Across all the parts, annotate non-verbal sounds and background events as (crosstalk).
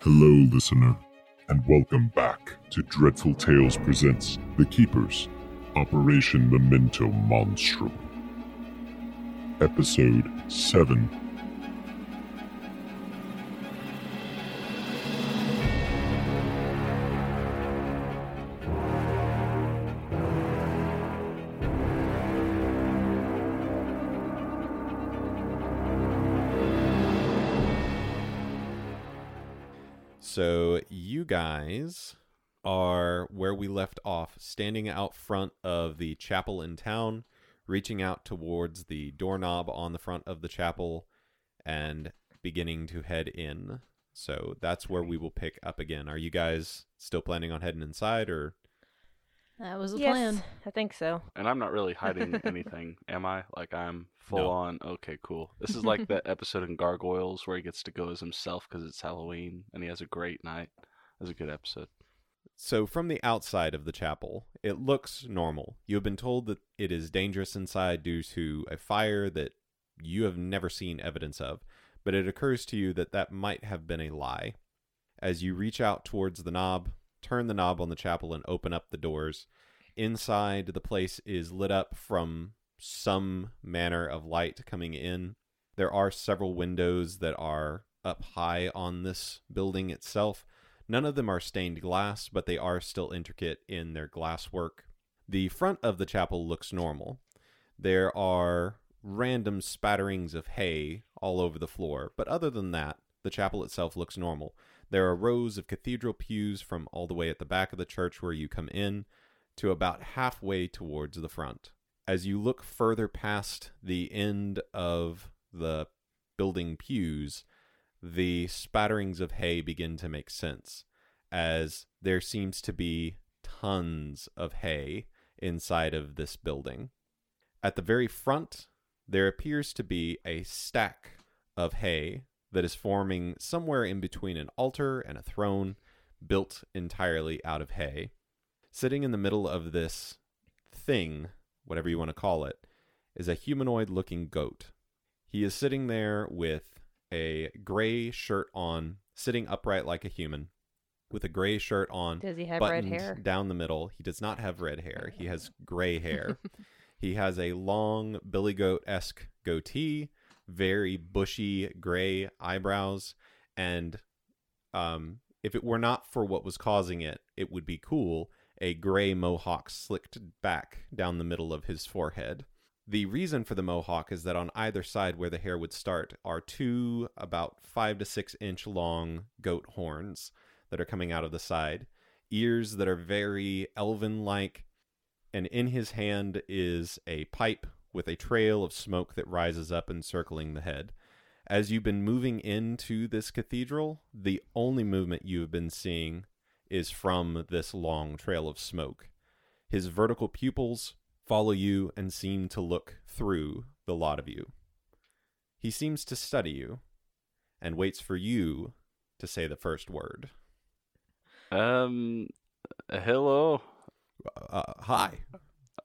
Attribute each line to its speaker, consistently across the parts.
Speaker 1: Hello, listener, and welcome back to Dreadful Tales Presents The Keepers Operation Memento Monstrum. Episode 7
Speaker 2: So you guys are where we left off, standing out front of the chapel in town, reaching out towards the doorknob on the front of the chapel and beginning to head in. So that's where we will pick up again. Are you guys still planning on heading inside or
Speaker 3: That was the
Speaker 4: Yes,
Speaker 3: plan.
Speaker 4: I think so.
Speaker 5: And I'm not really hiding anything, am I? Like I'm full
Speaker 2: No.
Speaker 5: on. Okay, cool. This is like that episode in Gargoyles where he gets to go as himself because it's Halloween and he has a great night. That's a good episode.
Speaker 2: So, from the outside of the chapel, it looks normal. You have been told that it is dangerous inside due to a fire that you have never seen evidence of, but it occurs to you that that might have been a lie. As you reach out towards the knob, turn the knob on the chapel, and open up the doors, inside the place is lit up from some manner of light coming in. There are several windows that are up high on this building itself. None of them are stained glass, but they are still intricate in their glasswork. The front of the chapel looks normal. There are random spatterings of hay all over the floor, but other than that, the chapel itself looks normal. There are rows of cathedral pews from all the way at the back of the church where you come in to about halfway towards the front. As you look further past the end of the building pews, the spatterings of hay begin to make sense, as there seems to be tons of hay inside of this building. At the very front, there appears to be a stack of hay that is forming somewhere in between an altar and a throne built entirely out of hay. Sitting in the middle of this thing, whatever you want to call it, is a humanoid looking goat. He is sitting there with a gray shirt on, sitting upright like a human, with a gray shirt on,
Speaker 4: Does he have red
Speaker 2: buttoned
Speaker 4: hair?
Speaker 2: down the middle. He does not have red hair. He
Speaker 4: (laughs)
Speaker 2: has gray hair. he has a long billy goat esque goatee, very bushy gray eyebrows, and um, if it were not for what was causing it, it would be cool. A gray mohawk slicked back down the middle of his forehead. The reason for the mohawk is that on either side where the hair would start are two about five to six inch long goat horns that are coming out of the side, ears that are very elven like, and in his hand is a pipe with a trail of smoke that rises up encircling the head. As you've been moving into this cathedral, the only movement you have been seeing is from this long trail of smoke. His vertical pupils follow you and seem to look through the lot of you. He seems to study you and waits for you to say the first word.
Speaker 5: Um, hello.
Speaker 2: Uh, hi.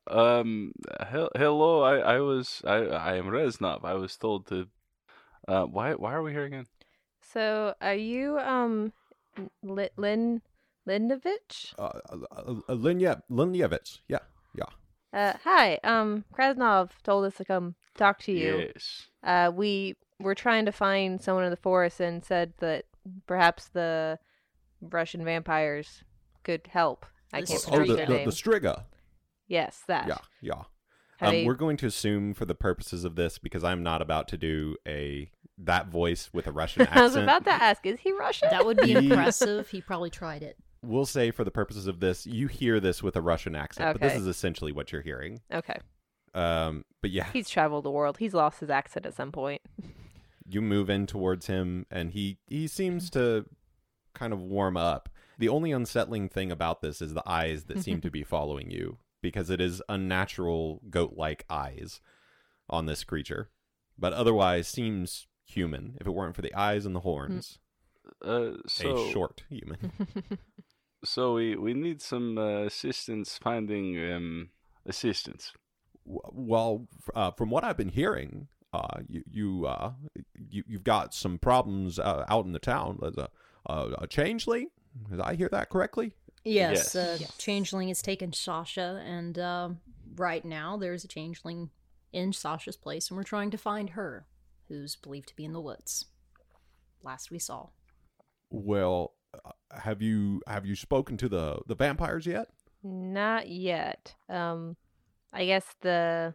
Speaker 5: Um, hel- hello. I I was I I am Reznov. I was told to. Uh, why why are we here again?
Speaker 4: So, are you um, Lin Lin Lindovich?
Speaker 2: Uh, Linya, Linyevitz. Yeah.
Speaker 4: Uh, hi. Um, Krasnov told us to come talk to you.
Speaker 5: Yes.
Speaker 4: Uh, we were trying to find someone in the forest and said that perhaps the Russian vampires could help. I
Speaker 3: The
Speaker 4: can't
Speaker 3: Oh,
Speaker 4: pronounce
Speaker 3: the-
Speaker 4: their
Speaker 3: the-
Speaker 4: name.
Speaker 2: Striga.
Speaker 4: Yes, that.
Speaker 2: Yeah. Yeah.
Speaker 4: Have
Speaker 2: um,
Speaker 4: they-
Speaker 2: We're
Speaker 4: (laughs)
Speaker 2: going to assume for the purposes of this, because I'm not about to do a that voice with a Russian accent.
Speaker 4: (laughs) I was about to ask, is he Russian?
Speaker 3: That would be
Speaker 2: He-
Speaker 3: impressive. He probably tried it.
Speaker 2: We'll say for the purposes of this, you hear this with a Russian accent, but this
Speaker 4: Okay.
Speaker 2: is essentially what you're hearing.
Speaker 4: Okay.
Speaker 2: Um, but yeah,
Speaker 4: He's traveled the world. He's lost his accent at some
Speaker 3: (laughs)
Speaker 4: point.
Speaker 2: you move in towards him, and he he seems to kind of warm up. The only unsettling thing about this is the eyes that seem
Speaker 4: (laughs)
Speaker 2: to be following you, because it is unnatural goat-like eyes on this creature, but otherwise seems human. If it weren't for the eyes and the
Speaker 4: Mm.
Speaker 2: horns,
Speaker 5: Uh, so
Speaker 2: a short human.
Speaker 5: so we we need some uh, assistance finding um assistance.
Speaker 2: (laughs) W- Well, f- uh, from what I've been hearing, uh, you you, uh, you you've got some problems uh, out in the town. There's a, uh, a changeling. Did I hear that correctly?
Speaker 5: Yes.
Speaker 3: Yes, Uh,
Speaker 4: Yes.
Speaker 3: changeling has taken Sasha, and uh, right now there's a changeling in Sasha's place, and we're trying to find her, who's believed to be in the woods. Last we saw.
Speaker 2: Well, uh, have you have you spoken to the the vampires yet?
Speaker 4: Not yet. Um, I guess the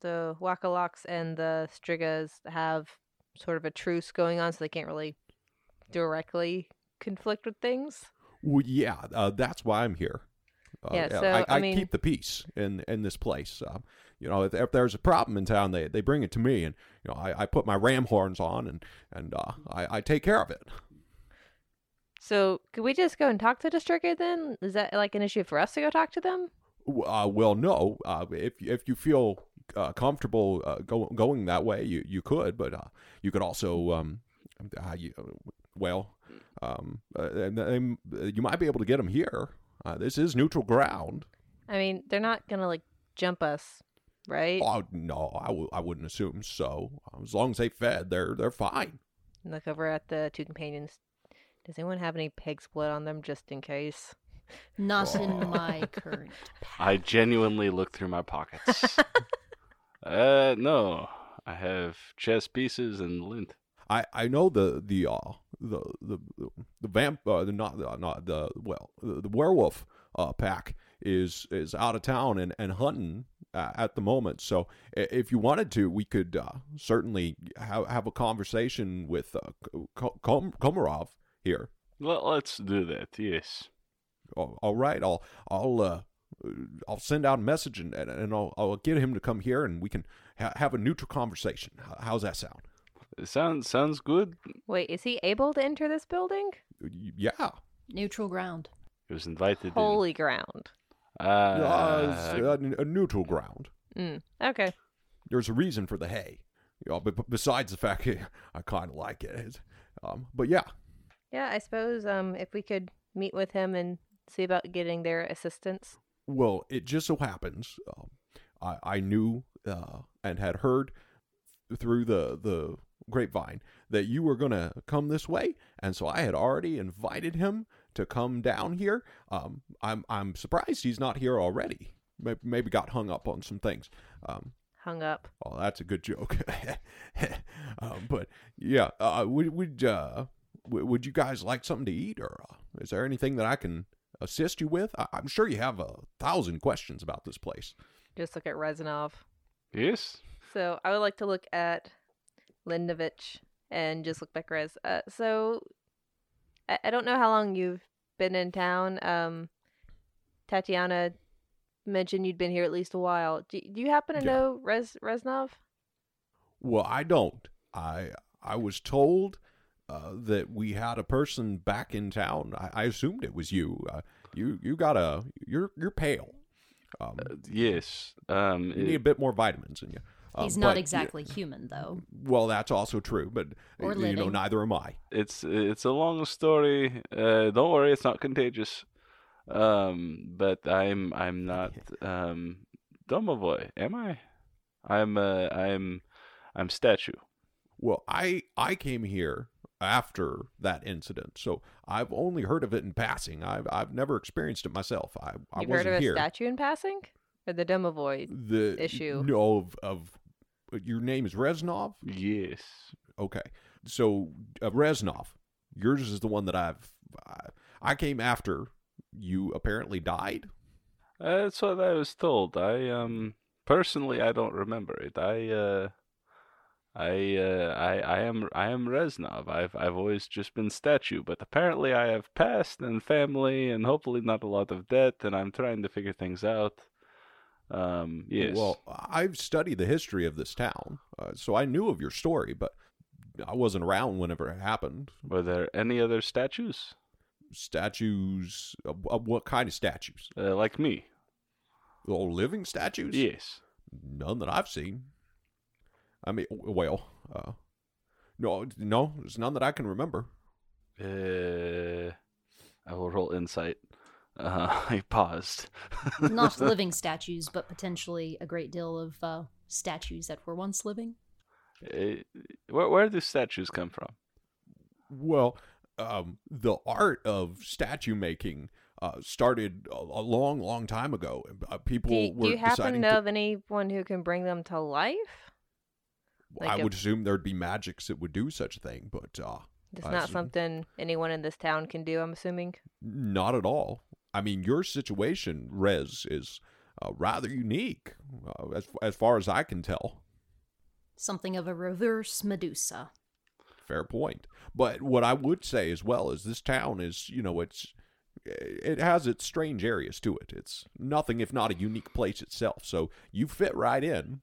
Speaker 4: the Wakaloks and the Strigas have sort of a truce going on, so they can't really directly conflict with things.
Speaker 2: Well, yeah, uh, that's why I'm here. Uh,
Speaker 4: Yeah, so,
Speaker 2: I,
Speaker 4: I
Speaker 2: I,
Speaker 4: mean-
Speaker 2: keep the peace in in this place. Uh, you know, if, if there's a problem in town, they they bring it to me, and you know, I, I put my ram horns on, and and uh, I, I take care of it.
Speaker 4: So could we just go and talk to the Striga then? Is that like an issue for us to go talk to them?
Speaker 2: W- Uh, well, no, uh, if if you feel uh, comfortable uh, go, going that way, you you could, but uh, you could also um, uh, you, well, um, uh, and then you might be able to get them here. Uh, this is neutral ground.
Speaker 4: I mean, they're not gonna like jump us, right?
Speaker 2: Oh no, I w- I wouldn't assume so. As long as they fed, they're they're fine.
Speaker 4: Look over at the two companions. Does anyone have any pig's blood on them just in case?
Speaker 3: Not
Speaker 2: Aw.
Speaker 3: in my (laughs) current.
Speaker 5: I genuinely looked through my pockets. uh, no, I have chess pieces and lint.
Speaker 2: I, I know the the uh, the the the vamp uh, the not uh, not the well the, the werewolf uh, pack is is out of town and and hunting uh, at the moment. So i- if you wanted to, we could uh, certainly have have a conversation with uh, Ko- Kom- Komarov here.
Speaker 5: Let, let's do that. Yes.
Speaker 2: all, all right i'll i'll uh i'll send out a message and and, and I'll, I'll get him to come here and we can ha- have a neutral conversation How- how's that sound
Speaker 5: Sounds sounds good.
Speaker 4: Wait, is he able to enter this building?
Speaker 2: Y- yeah
Speaker 3: Neutral ground.
Speaker 5: He was invited.
Speaker 4: Holy ground.
Speaker 5: In. Uh,
Speaker 2: uh, it's, uh, n- a neutral ground
Speaker 4: Mm, okay.
Speaker 2: there's a reason for the hay you know, but but besides the fact (laughs) i kind of like it It's- um but yeah
Speaker 4: Yeah, I suppose um if we could meet with him and see about getting their assistance.
Speaker 2: Well, it just so happens um, I, I knew uh, and had heard through the the grapevine that you were gonna come this way, and so I had already invited him to come down here. Um, I'm I'm surprised he's not here already. May- Maybe got hung up on some things. Um,
Speaker 4: Hung up.
Speaker 2: oh, that's a good joke. (laughs) um, but yeah, uh, would would uh, w- would you guys like something to eat, or uh, is there anything that I can assist you with? I- I'm sure you have a thousand questions about this place.
Speaker 4: Just look at Reznov.
Speaker 5: yes.
Speaker 4: So I would like to look at Lindovich and just look back Rez. Uh, so I, I don't know how long you've been in town. Um, Tatiana mentioned you'd been here at least a while. Do, do you happen to
Speaker 2: Yeah.
Speaker 4: know Rez Reznov?
Speaker 2: Well, I don't. I I was told uh, that we had a person back in town. I, I assumed it was you. Uh, you you got a you're you're pale. Um,
Speaker 5: Uh, yes. Um.
Speaker 2: you need a
Speaker 5: it-
Speaker 2: bit more vitamins in you. Um,
Speaker 3: He's
Speaker 2: but
Speaker 3: not
Speaker 2: you-
Speaker 3: exactly human, though.
Speaker 2: Well, that's also true, but uh,
Speaker 3: Or
Speaker 2: you know,
Speaker 3: living.
Speaker 2: neither am I.
Speaker 5: it's it's a long story. Uh, don't worry, it's not contagious. Um, but I'm
Speaker 2: (laughs)
Speaker 5: I'm not um Domovoy, am I? I'm uh I'm I'm statue.
Speaker 2: Well, I I came here after that incident, so I've only heard of it in passing. I've I've never experienced it myself. I I
Speaker 4: You've heard
Speaker 2: wasn't
Speaker 4: of a
Speaker 2: here.
Speaker 4: statue in passing? Or the Domovoid?
Speaker 2: the
Speaker 4: issue?
Speaker 2: No, of, of your name is Reznov.
Speaker 5: Yes.
Speaker 2: Okay, so uh, Reznov, yours is the one that I've I, I came after. You apparently died.
Speaker 5: Uh, that's what I was told. I um personally I don't remember it. I uh I uh I I am I am Reznov. I've I've always just been statue, but apparently I have past and family and hopefully not a lot of debt and I'm trying to figure things out. Um yes.
Speaker 2: Well, I've studied the history of this town, uh, so I knew of your story, but I wasn't around whenever it happened.
Speaker 5: Were there any other statues?
Speaker 2: Statues, uh, wh- uh, what kind of statues?
Speaker 5: Uh, like me.
Speaker 2: All living statues?
Speaker 5: Yes.
Speaker 2: None that I've seen. I mean, w- well, uh, no, no, there's none that I can remember.
Speaker 5: Uh I will roll insight. Uh (laughs) I paused.
Speaker 3: Not living statues, but potentially a great deal of uh, statues that were once living.
Speaker 5: Uh, where where do statues come from?
Speaker 2: Well, um, the art of statue making uh, started a, a long, long time ago. Uh, people
Speaker 4: Do you,
Speaker 2: were
Speaker 4: do you happen to
Speaker 2: deciding
Speaker 4: know
Speaker 2: to.
Speaker 4: of anyone who can bring them to life?
Speaker 2: I
Speaker 4: like a-
Speaker 2: would assume there'd be magics that would do such a thing, but uh,
Speaker 4: It's
Speaker 2: I
Speaker 4: not
Speaker 2: see.
Speaker 4: something anyone in this town can do, I'm assuming.
Speaker 2: Not at all. I mean, your situation, Rez, is uh, rather unique, uh, as as far as I can tell.
Speaker 3: Something of a reverse Medusa.
Speaker 2: Fair point. But what I would say as well is this town is, you know, it's it has its strange areas to it. It's nothing if not a unique place itself. So you fit right in.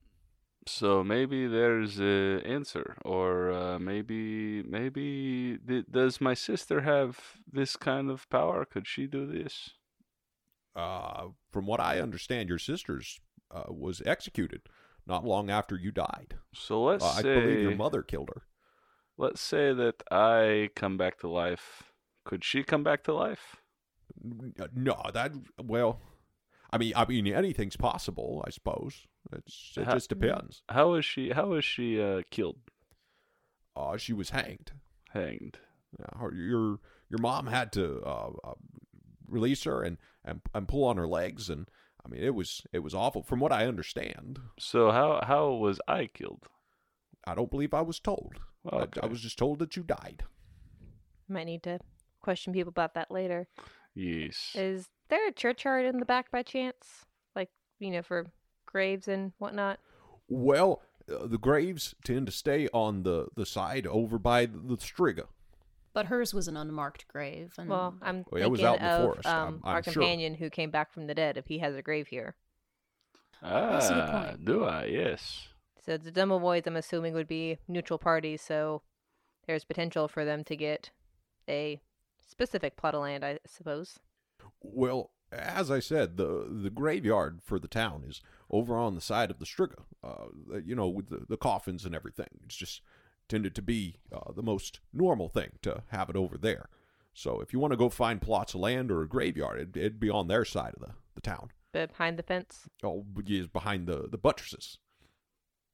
Speaker 5: So maybe there's a answer, or uh, maybe maybe th- does my sister have this kind of power? Could she do this?
Speaker 2: Uh, from what I understand, your sister's uh, was executed not long after you died.
Speaker 5: So let's
Speaker 2: Uh, I
Speaker 5: say
Speaker 2: believe your mother killed her.
Speaker 5: let's say that I come back to life. Could she come back to life?
Speaker 2: N- No, that well, I mean, I mean, anything's possible, I suppose. It's, it
Speaker 5: Ha-
Speaker 2: just depends.
Speaker 5: How is she? How is she uh, killed?
Speaker 2: Uh, she was hanged.
Speaker 5: Hanged.
Speaker 2: Uh, her- your your mom had to uh, uh, release her and, and and pull on her legs, and I mean, it was it was awful. From what I understand,
Speaker 5: So how how was I killed?
Speaker 2: I don't believe I was told. I- I,
Speaker 5: Okay.
Speaker 2: was just told that you died.
Speaker 4: Might need to question people about that later.
Speaker 5: Yes.
Speaker 4: Is there a churchyard in the back by chance? Like, you know, for graves and whatnot?
Speaker 2: Well, uh, the graves tend to stay on the the side over by the, the Striga.
Speaker 3: But hers was an unmarked grave. And
Speaker 4: Well, I'm
Speaker 2: Well, it
Speaker 4: thinking
Speaker 2: was out in the
Speaker 4: of
Speaker 2: forest, I'm-
Speaker 4: um, our
Speaker 2: I'm sure.
Speaker 4: companion who came back from the dead, if he has a grave here.
Speaker 3: that's a good
Speaker 5: Ah,
Speaker 3: point.
Speaker 5: do I? Yes.
Speaker 4: So the Demovoids, I'm assuming, would be neutral parties, so there's potential for them to get a specific plot of land, I suppose.
Speaker 2: Well, as I said, the the graveyard for the town is over on the side of the Striga. Uh, you know, with the, the coffins and everything. It's just tended to be uh, the most normal thing to have it over there. So if you want to go find plots of land or a graveyard, it'd, it'd be on their side of the, the town.
Speaker 4: Behind the fence.
Speaker 2: Oh, is behind the the buttresses.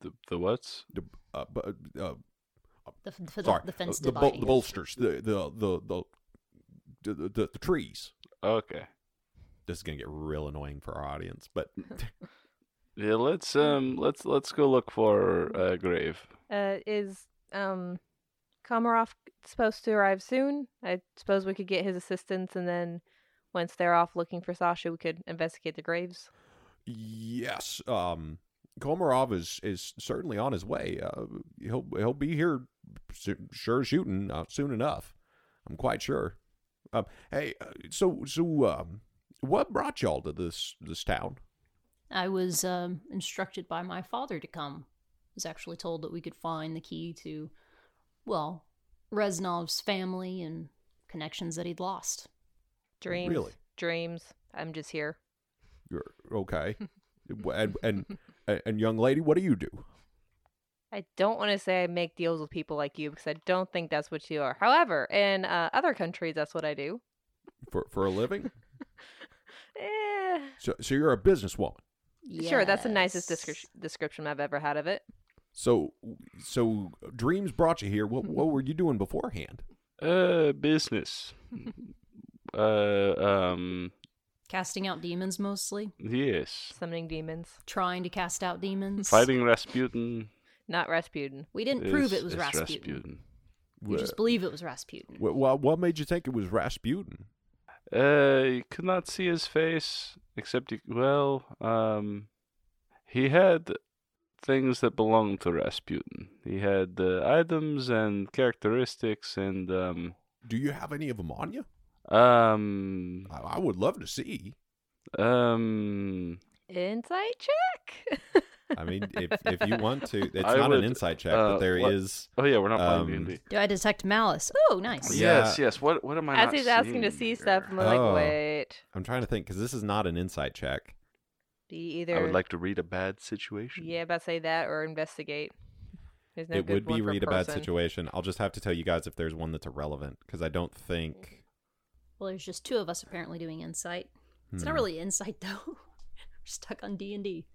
Speaker 5: The the what's?
Speaker 2: The, uh, bu- uh,
Speaker 3: the, the,
Speaker 2: sorry, Uh,
Speaker 3: the fence
Speaker 2: the, bol-
Speaker 3: debauchees.
Speaker 2: the bolsters, the the the the the, the, the, the trees.
Speaker 5: Okay.
Speaker 2: This is gonna get real annoying for our audience,
Speaker 3: (laughs)
Speaker 2: but
Speaker 5: Yeah. Let's um. Let's let's go look for a grave.
Speaker 4: Uh, is um, Komarov supposed to arrive soon? I suppose we could get his assistance, and then once they're off looking for Sasha, we could investigate the graves.
Speaker 2: Yes, um, Komarov is is certainly on his way. Uh, he'll he'll be here, su- sure shooting uh, soon enough. I'm quite sure. Um, hey, uh, so so um, what brought y'all to this this town?
Speaker 3: I was um, instructed by my father to come. I was actually told that we could find the key to, well, Reznov's family and connections that he'd lost.
Speaker 4: Dreams.
Speaker 2: Really?
Speaker 4: Dreams. I'm just here.
Speaker 2: You're okay, and and and young lady, what do you do?
Speaker 4: I don't want to say I make deals with people like you because I don't think that's what you are. However, in uh, other countries, that's what I do.
Speaker 2: for for a living?
Speaker 4: Eh,
Speaker 2: So so you're a businesswoman.
Speaker 4: Sure, that's the nicest
Speaker 3: Yes.
Speaker 4: descri- description I've ever had of it.
Speaker 2: So so dreams brought you here. What what were you doing beforehand?
Speaker 3: (laughs)
Speaker 5: Uh, business. uh, um.
Speaker 3: Casting out demons mostly.
Speaker 5: Yes.
Speaker 4: Summoning demons,
Speaker 3: Trying to cast out demons.
Speaker 5: Fighting Rasputin.
Speaker 4: not Rasputin.
Speaker 3: We didn't prove it was Rasputin. We just believe it was Rasputin.
Speaker 2: What, what what made you think it was Rasputin?
Speaker 5: Uh, you could not see his face, except you, well, um, he had things that belonged to Rasputin. He had uh, items and characteristics and um,
Speaker 2: Do you have any of them on you?
Speaker 5: um,
Speaker 4: Mm.
Speaker 2: I, I would love to see.
Speaker 5: um.
Speaker 4: Insight check.
Speaker 2: I mean,
Speaker 4: (laughs)
Speaker 2: if, if you want to, it's
Speaker 5: I
Speaker 2: not
Speaker 5: would,
Speaker 2: an insight check,
Speaker 5: uh,
Speaker 2: but there is.
Speaker 5: what- Oh yeah, we're not playing
Speaker 2: Um,
Speaker 5: D&D.
Speaker 3: Do I detect malice? Oh, nice.
Speaker 2: Yeah.
Speaker 5: Yes, yes. What what am I?
Speaker 4: As
Speaker 5: not
Speaker 4: he's asking to see
Speaker 5: seeing
Speaker 4: stuff, I'm
Speaker 5: here?
Speaker 4: like,
Speaker 2: Oh.
Speaker 4: wait,
Speaker 2: I'm trying to think because this is not an insight check.
Speaker 4: be either
Speaker 5: I would like to read a bad situation.
Speaker 4: yeah, about say that or investigate. There's no
Speaker 2: it
Speaker 4: good
Speaker 2: would
Speaker 4: one
Speaker 2: be
Speaker 4: for
Speaker 2: read a bad
Speaker 4: person.
Speaker 2: situation. I'll just have to tell you guys if there's one that's irrelevant because I don't
Speaker 4: Mm.
Speaker 2: think.
Speaker 3: Well, there's just two of us apparently doing insight. It's not
Speaker 2: Hmm.
Speaker 3: really insight (laughs) though. We're stuck on D and D.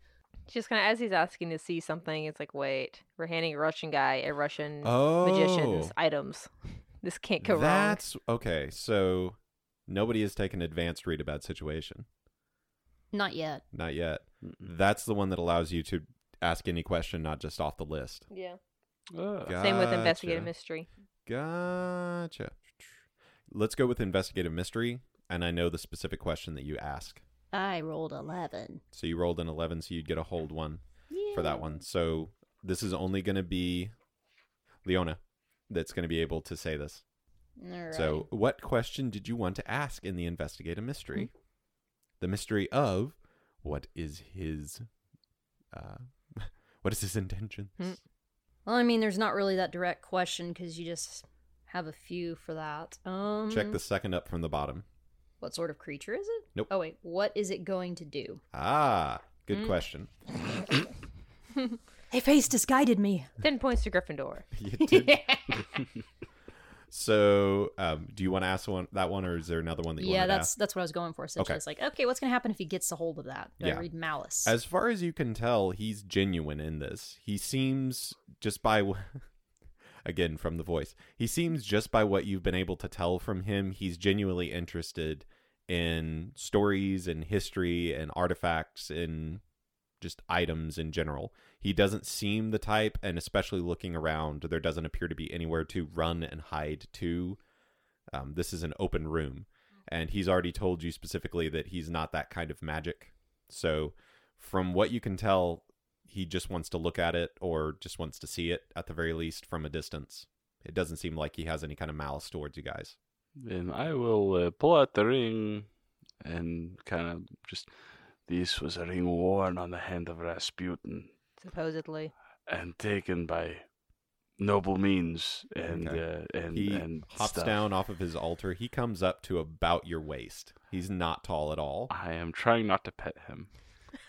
Speaker 4: Just kind of as he's asking to see something, it's like, wait, we're handing a Russian guy a Russian
Speaker 2: Oh,
Speaker 4: magician's items. (laughs) This can't go wrong.
Speaker 2: That's okay. So nobody has taken advanced read a bad situation.
Speaker 3: Not yet.
Speaker 2: Not yet.
Speaker 5: Mm-mm.
Speaker 2: That's the one that allows you to ask any question, not just off the list.
Speaker 4: Yeah.
Speaker 5: Ah.
Speaker 2: Yeah.
Speaker 4: Same with investigative
Speaker 2: Gotcha.
Speaker 4: mystery.
Speaker 2: Gotcha. Let's go with investigative mystery, and I know the specific question that you ask.
Speaker 3: I rolled 11.
Speaker 2: So you rolled an eleven, so you'd get a hold one for that
Speaker 3: Yay.
Speaker 2: one. So this is only going to be Leona that's going to be able to say this.
Speaker 3: Alright.
Speaker 2: So, what question did you want to ask in the investigative mystery? The mystery of what is his, uh, (laughs) what is his intentions?
Speaker 4: Hmm.
Speaker 3: Well, I mean, there's not really that direct question because you just have a few for that. Um,
Speaker 2: Check the second up from the bottom.
Speaker 3: What sort of creature is it?
Speaker 2: Nope.
Speaker 3: Oh wait, what is it going to do?
Speaker 2: Ah, good
Speaker 4: Hmm.
Speaker 2: question. (laughs)
Speaker 3: Hey, face disguided (laughs) me.
Speaker 4: Ten points to Gryffindor.
Speaker 2: You
Speaker 3: (laughs)
Speaker 2: did- so, um, do you want to ask one that one, or is there another one that you
Speaker 3: yeah,
Speaker 2: want to
Speaker 3: that's
Speaker 2: ask?
Speaker 3: that's what I was going for. Essentially,
Speaker 2: Okay.
Speaker 3: it's like, okay, what's going to happen if he gets a hold of that? Do
Speaker 2: Yeah.
Speaker 3: I read malice?
Speaker 2: As far as you can tell, he's genuine in this. He seems just by wh- (laughs) again from the voice. He seems just by what you've been able to tell from him, he's genuinely interested in stories and history and artifacts and just items in general. He doesn't seem the type and especially looking around, there doesn't appear to be anywhere to run and hide to. Um, this is an open room and he's already told you specifically that he's not that kind of magic. So from what you can tell, he just wants to look at it or just wants to see it at the very least from a distance. It doesn't seem like he has any kind of malice towards you guys.
Speaker 5: Then I will uh, pull out the ring and kind of just. This was a ring worn on the hand of Rasputin
Speaker 4: Supposedly.
Speaker 5: and taken by noble means and
Speaker 2: Okay.
Speaker 5: uh, and
Speaker 2: He
Speaker 5: and
Speaker 2: hops
Speaker 5: stuff.
Speaker 2: down off of his altar. He comes up to about your waist. He's not tall at all.
Speaker 5: I am trying not to pet him.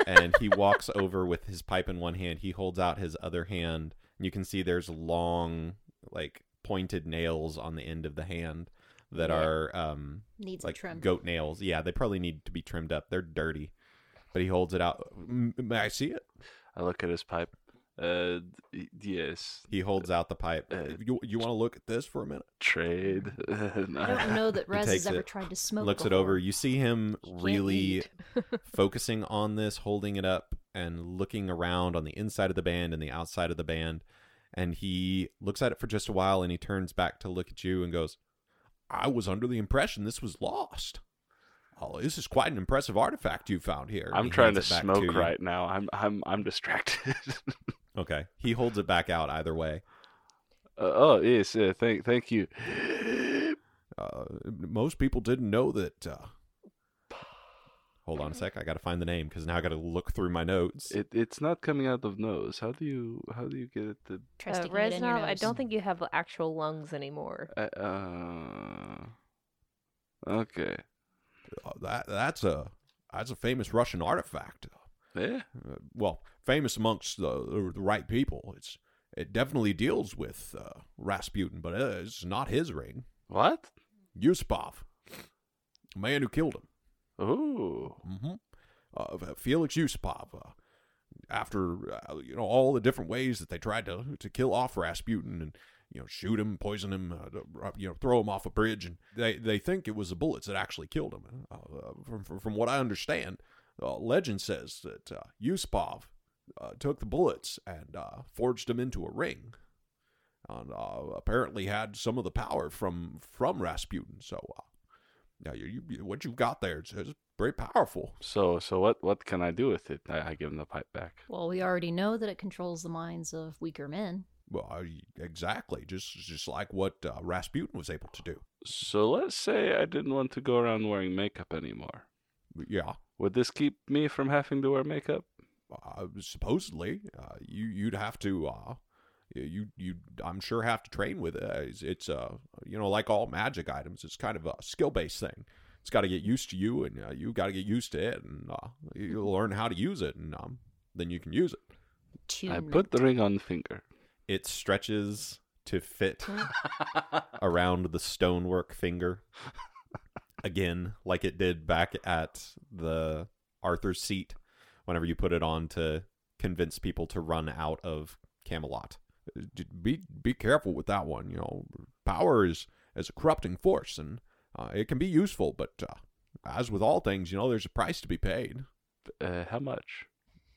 Speaker 2: and he walks over with his pipe in one hand. He holds out his other hand. You can see there's long, like pointed nails on the end of the hand that are um,
Speaker 3: Needs
Speaker 2: like
Speaker 3: a trim.
Speaker 2: goat nails. Yeah, they probably need to be trimmed up. They're dirty. But he holds it out. M- may I see it?
Speaker 5: I look at his pipe. Uh, d- yes,
Speaker 2: He holds out the pipe.
Speaker 5: Uh,
Speaker 2: you you want to look at this for a minute?
Speaker 5: trade. (laughs)
Speaker 3: I don't
Speaker 2: (laughs)
Speaker 3: know that Rez
Speaker 2: takes
Speaker 3: has ever
Speaker 2: it,
Speaker 3: tried to smoke.
Speaker 2: Looks it
Speaker 3: before.
Speaker 2: over. You see him
Speaker 4: He can't (laughs)
Speaker 2: really
Speaker 4: eat.
Speaker 2: focusing on this, holding it up and looking around on the inside of the band and the outside of the band. And he looks at it for just a while and he turns back to look at you and goes, I was under the impression this was lost. Oh, this is quite an impressive artifact you found here.
Speaker 5: I'm
Speaker 2: He
Speaker 5: trying to
Speaker 2: hands it back
Speaker 5: smoke
Speaker 2: you.
Speaker 5: right now. I'm I'm I'm distracted. (laughs)
Speaker 2: Okay. He holds it back out either way.
Speaker 5: Uh, oh yes, uh, thank thank you.
Speaker 2: Uh, most people didn't know that. Uh... Hold on a sec. I got to find the name because now I got to look through my notes.
Speaker 5: It it's not coming out of nose. How do you how do you get it to?
Speaker 3: Try
Speaker 4: Uh,
Speaker 3: sticking it in your
Speaker 4: Reznov, I
Speaker 3: nose.
Speaker 4: don't think you have actual lungs anymore.
Speaker 5: Uh, uh, okay.
Speaker 2: Uh, that that's a that's a famous Russian artifact.
Speaker 5: Yeah.
Speaker 2: Uh, well, famous amongst the, the right people. It's it definitely deals with uh, Rasputin, but uh, it's not his ring.
Speaker 5: What?
Speaker 2: Yusupov, the man who killed him.
Speaker 5: Ooh.
Speaker 2: Mm-hmm. Uh, Felix Yusupov. Uh, after uh, you know all the different ways that they tried to to kill off Rasputin and you know shoot him, poison him, uh, you know throw him off a bridge, and they they think it was the bullets that actually killed him. Uh, uh, from, from from what I understand, uh, legend says that uh, Yusupov uh, took the bullets and uh, forged them into a ring. And uh, apparently had some of the power from from Rasputin. So uh, now you, you- you, what you've got there is, is very powerful.
Speaker 5: So so what what can I do with it? I, I give him the pipe back.
Speaker 3: Well, we already know that it controls the minds of weaker men.
Speaker 2: Well, I- exactly, just just like what uh, Rasputin was able to do.
Speaker 5: So let's say I didn't want to go around wearing makeup anymore.
Speaker 2: Yeah,
Speaker 5: Would this keep me from having to wear makeup?
Speaker 2: uh, supposedly, uh, you you'd have to. Uh, you you I'm sure have to train with it. It's, it's uh you know like all magic items, it's kind of a skill based thing. It's got to get used to you, and uh, you got to get used to it, and uh, you'll learn how to use it, and um, then you can use it.
Speaker 5: I
Speaker 3: Attunement.
Speaker 5: put the ring on the finger.
Speaker 2: It stretches to fit around the stonework finger again, like it did back at the Arthur's seat whenever you put it on to convince people to run Uh, out of Camelot. Be be careful with that one. You know, power is as a corrupting force, and uh, it can be useful, but uh, as with all things, you know, there's a price to be paid.
Speaker 5: Uh, how much?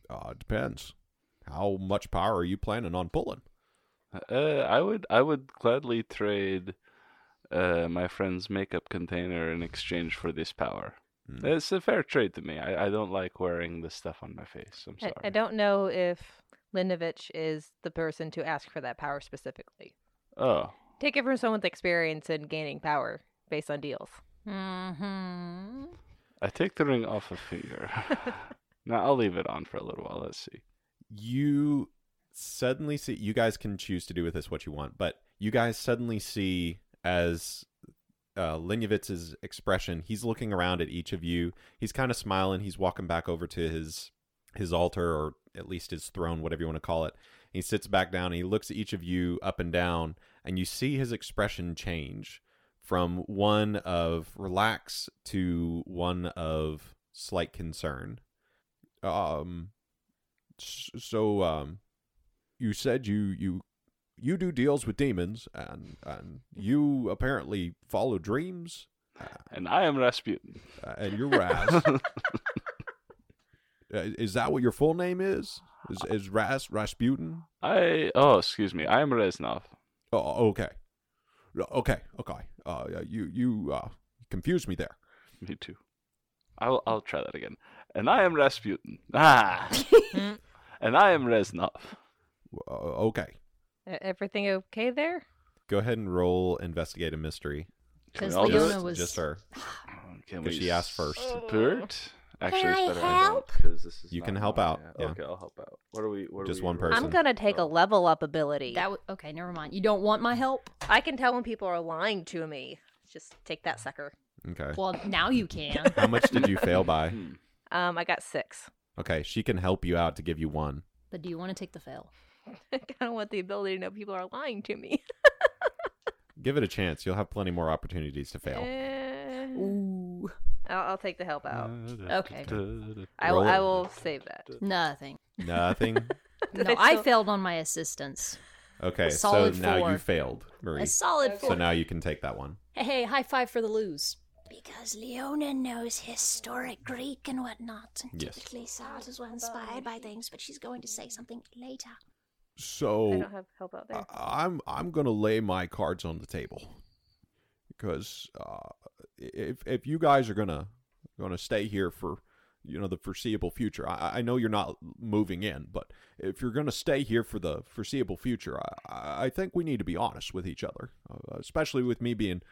Speaker 2: Uh, it depends. How much power are you planning on pulling?
Speaker 5: Uh, I would I would gladly trade uh, my friend's makeup container in exchange for this power.
Speaker 2: Hmm.
Speaker 5: It's a fair trade to me. I, I don't like wearing this stuff on my face. I'm
Speaker 4: I,
Speaker 5: sorry.
Speaker 4: I don't know if Linovich is the person to ask for that power specifically.
Speaker 5: Oh,
Speaker 4: Take it from someone with experience in gaining power based on deals.
Speaker 3: Mm-hmm.
Speaker 5: I take the ring off
Speaker 4: (laughs)
Speaker 5: a finger. (laughs) now I'll leave it on for a little while. Let's see.
Speaker 2: you suddenly see you guys can choose to do with this what you want but you guys suddenly see as uh Linyevitz's expression he's looking around at each of you he's kind of smiling he's walking back over to his his altar or at least his throne whatever you want to call it he sits back down and he looks at each of you up and down and you see his expression change from one of relax to one of slight concern um S- so um you said you you you do deals with demons and and you apparently follow dreams
Speaker 5: And I am Rasputin.
Speaker 2: uh, and you're Raz. Uh, is that what your full name is? Is is Ras Rasputin?
Speaker 5: I oh excuse me. I am Reznov.
Speaker 2: Oh, okay. Okay, okay. Uh, you you uh, confused me there.
Speaker 5: Me too. I'll I'll try that again. And I am Rasputin.
Speaker 4: (laughs)
Speaker 5: Ah. and I am Reznov.
Speaker 2: Uh, okay,
Speaker 4: E- Everything okay there?
Speaker 2: go ahead and roll investigate a mystery.
Speaker 5: Can we
Speaker 3: Because
Speaker 5: all do
Speaker 3: Leona
Speaker 5: it?
Speaker 3: was
Speaker 2: Just her.
Speaker 5: Can
Speaker 2: 'Cause she asked first.
Speaker 5: Support?
Speaker 3: I
Speaker 5: Actually, it's better I don't,
Speaker 3: help?
Speaker 5: 'cause this is
Speaker 2: You
Speaker 5: not
Speaker 2: can help
Speaker 5: mine.
Speaker 2: out,
Speaker 5: Yeah.
Speaker 2: yeah.
Speaker 5: Okay, I'll help out. What are we? What are
Speaker 2: Just
Speaker 5: we
Speaker 2: one
Speaker 5: rolling?
Speaker 2: person.
Speaker 4: I'm gonna take a level up ability.
Speaker 3: that was okay. Never mind. You don't want my help.
Speaker 4: I can tell when people are lying to me. Just take that sucker.
Speaker 2: Okay.
Speaker 3: Well, now
Speaker 2: (laughs)
Speaker 3: you can.
Speaker 2: How much did you
Speaker 5: (laughs)
Speaker 2: fail by?
Speaker 5: Hmm.
Speaker 4: Um, I got six. (laughs)
Speaker 2: Okay, she can help you out to give you one.
Speaker 3: But do you want to take the fail?
Speaker 4: I kind of want the ability to know people are lying to me.
Speaker 2: Give it a chance. You'll have plenty more opportunities to fail.
Speaker 4: (laughs)
Speaker 3: Mm.
Speaker 4: Eh,
Speaker 3: Ooh,
Speaker 4: I'll, I'll take the help out.
Speaker 5: Hmm.
Speaker 3: Okay.
Speaker 4: I will. I
Speaker 5: Roll.
Speaker 4: will save that.
Speaker 3: (laughs) nothing.
Speaker 2: Nothing.
Speaker 4: Did
Speaker 3: no,
Speaker 4: I
Speaker 3: I
Speaker 4: still-
Speaker 3: failed on my assistance.
Speaker 2: Okay, so
Speaker 3: solid
Speaker 2: now you
Speaker 3: four.
Speaker 2: failed, Marie.
Speaker 3: A solid
Speaker 2: So
Speaker 3: four.
Speaker 2: now you can take that one.
Speaker 3: Hey, hey, high five for the lose. Because Leona knows historic Greek and whatnot. And
Speaker 2: Yes.
Speaker 3: Typically, Sard is well inspired by things, but she's going to say something later.
Speaker 4: I
Speaker 2: So
Speaker 4: don't have help out there.
Speaker 2: I'm I'm gonna lay my cards on the table because uh, if if you guys are gonna gonna stay here for you know the foreseeable future, I, I know you're not moving in, but if you're gonna stay here for the foreseeable future, I- I I think we need to be honest with each other, uh, especially with me being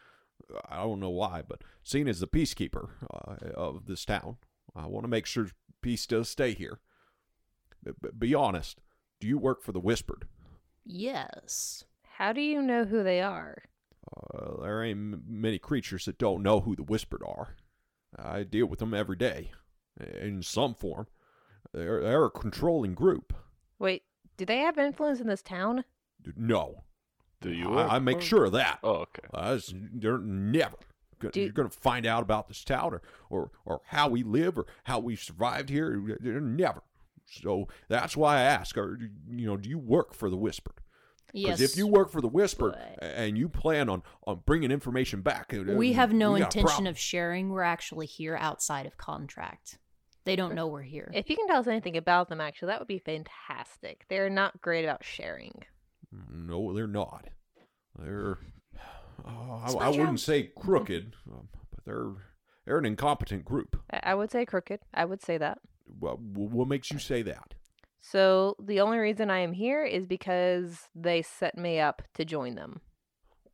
Speaker 2: I don't know why, but seen as the peacekeeper uh, of this town, I want to make sure peace does stay here. B- b- be honest. Do you work for the Whispered?
Speaker 3: Yes.
Speaker 4: How do you know who they are?
Speaker 2: Uh, there ain't m- many creatures that don't know who the Whispered are. I deal with them every day, in some form. They're, they're a controlling group.
Speaker 4: Wait, do they have influence in this town?
Speaker 2: No,
Speaker 5: Do you? work
Speaker 2: I, I make
Speaker 5: for-
Speaker 2: sure of that.
Speaker 5: Oh, okay.
Speaker 2: Uh, it's- they're never. go-
Speaker 4: Do-
Speaker 2: you're going to find out about this town or, or, or how we live or how we survived here. They're never. So that's why I ask, or, you know, do you work for the Whispered?
Speaker 3: Yes.
Speaker 2: Because if you work for the Whispered
Speaker 3: but-
Speaker 2: a- and you plan on, on bringing information back, uh,
Speaker 3: we have no
Speaker 2: got a
Speaker 3: intention
Speaker 2: problem.
Speaker 3: of sharing. We're actually here outside of contract. They don't know we're here.
Speaker 4: If you can tell us anything about them, actually, that would be fantastic. They're not great about sharing.
Speaker 2: No, they're not. They're. (sighs) Oh, I,
Speaker 3: Spy
Speaker 2: I wouldn't
Speaker 3: jobs.
Speaker 2: say crooked, um, but they're they're an incompetent group.
Speaker 4: I, I would say crooked. I would say that.
Speaker 2: What, what makes you say that?
Speaker 4: So the only reason I am here is because they set me up to join them.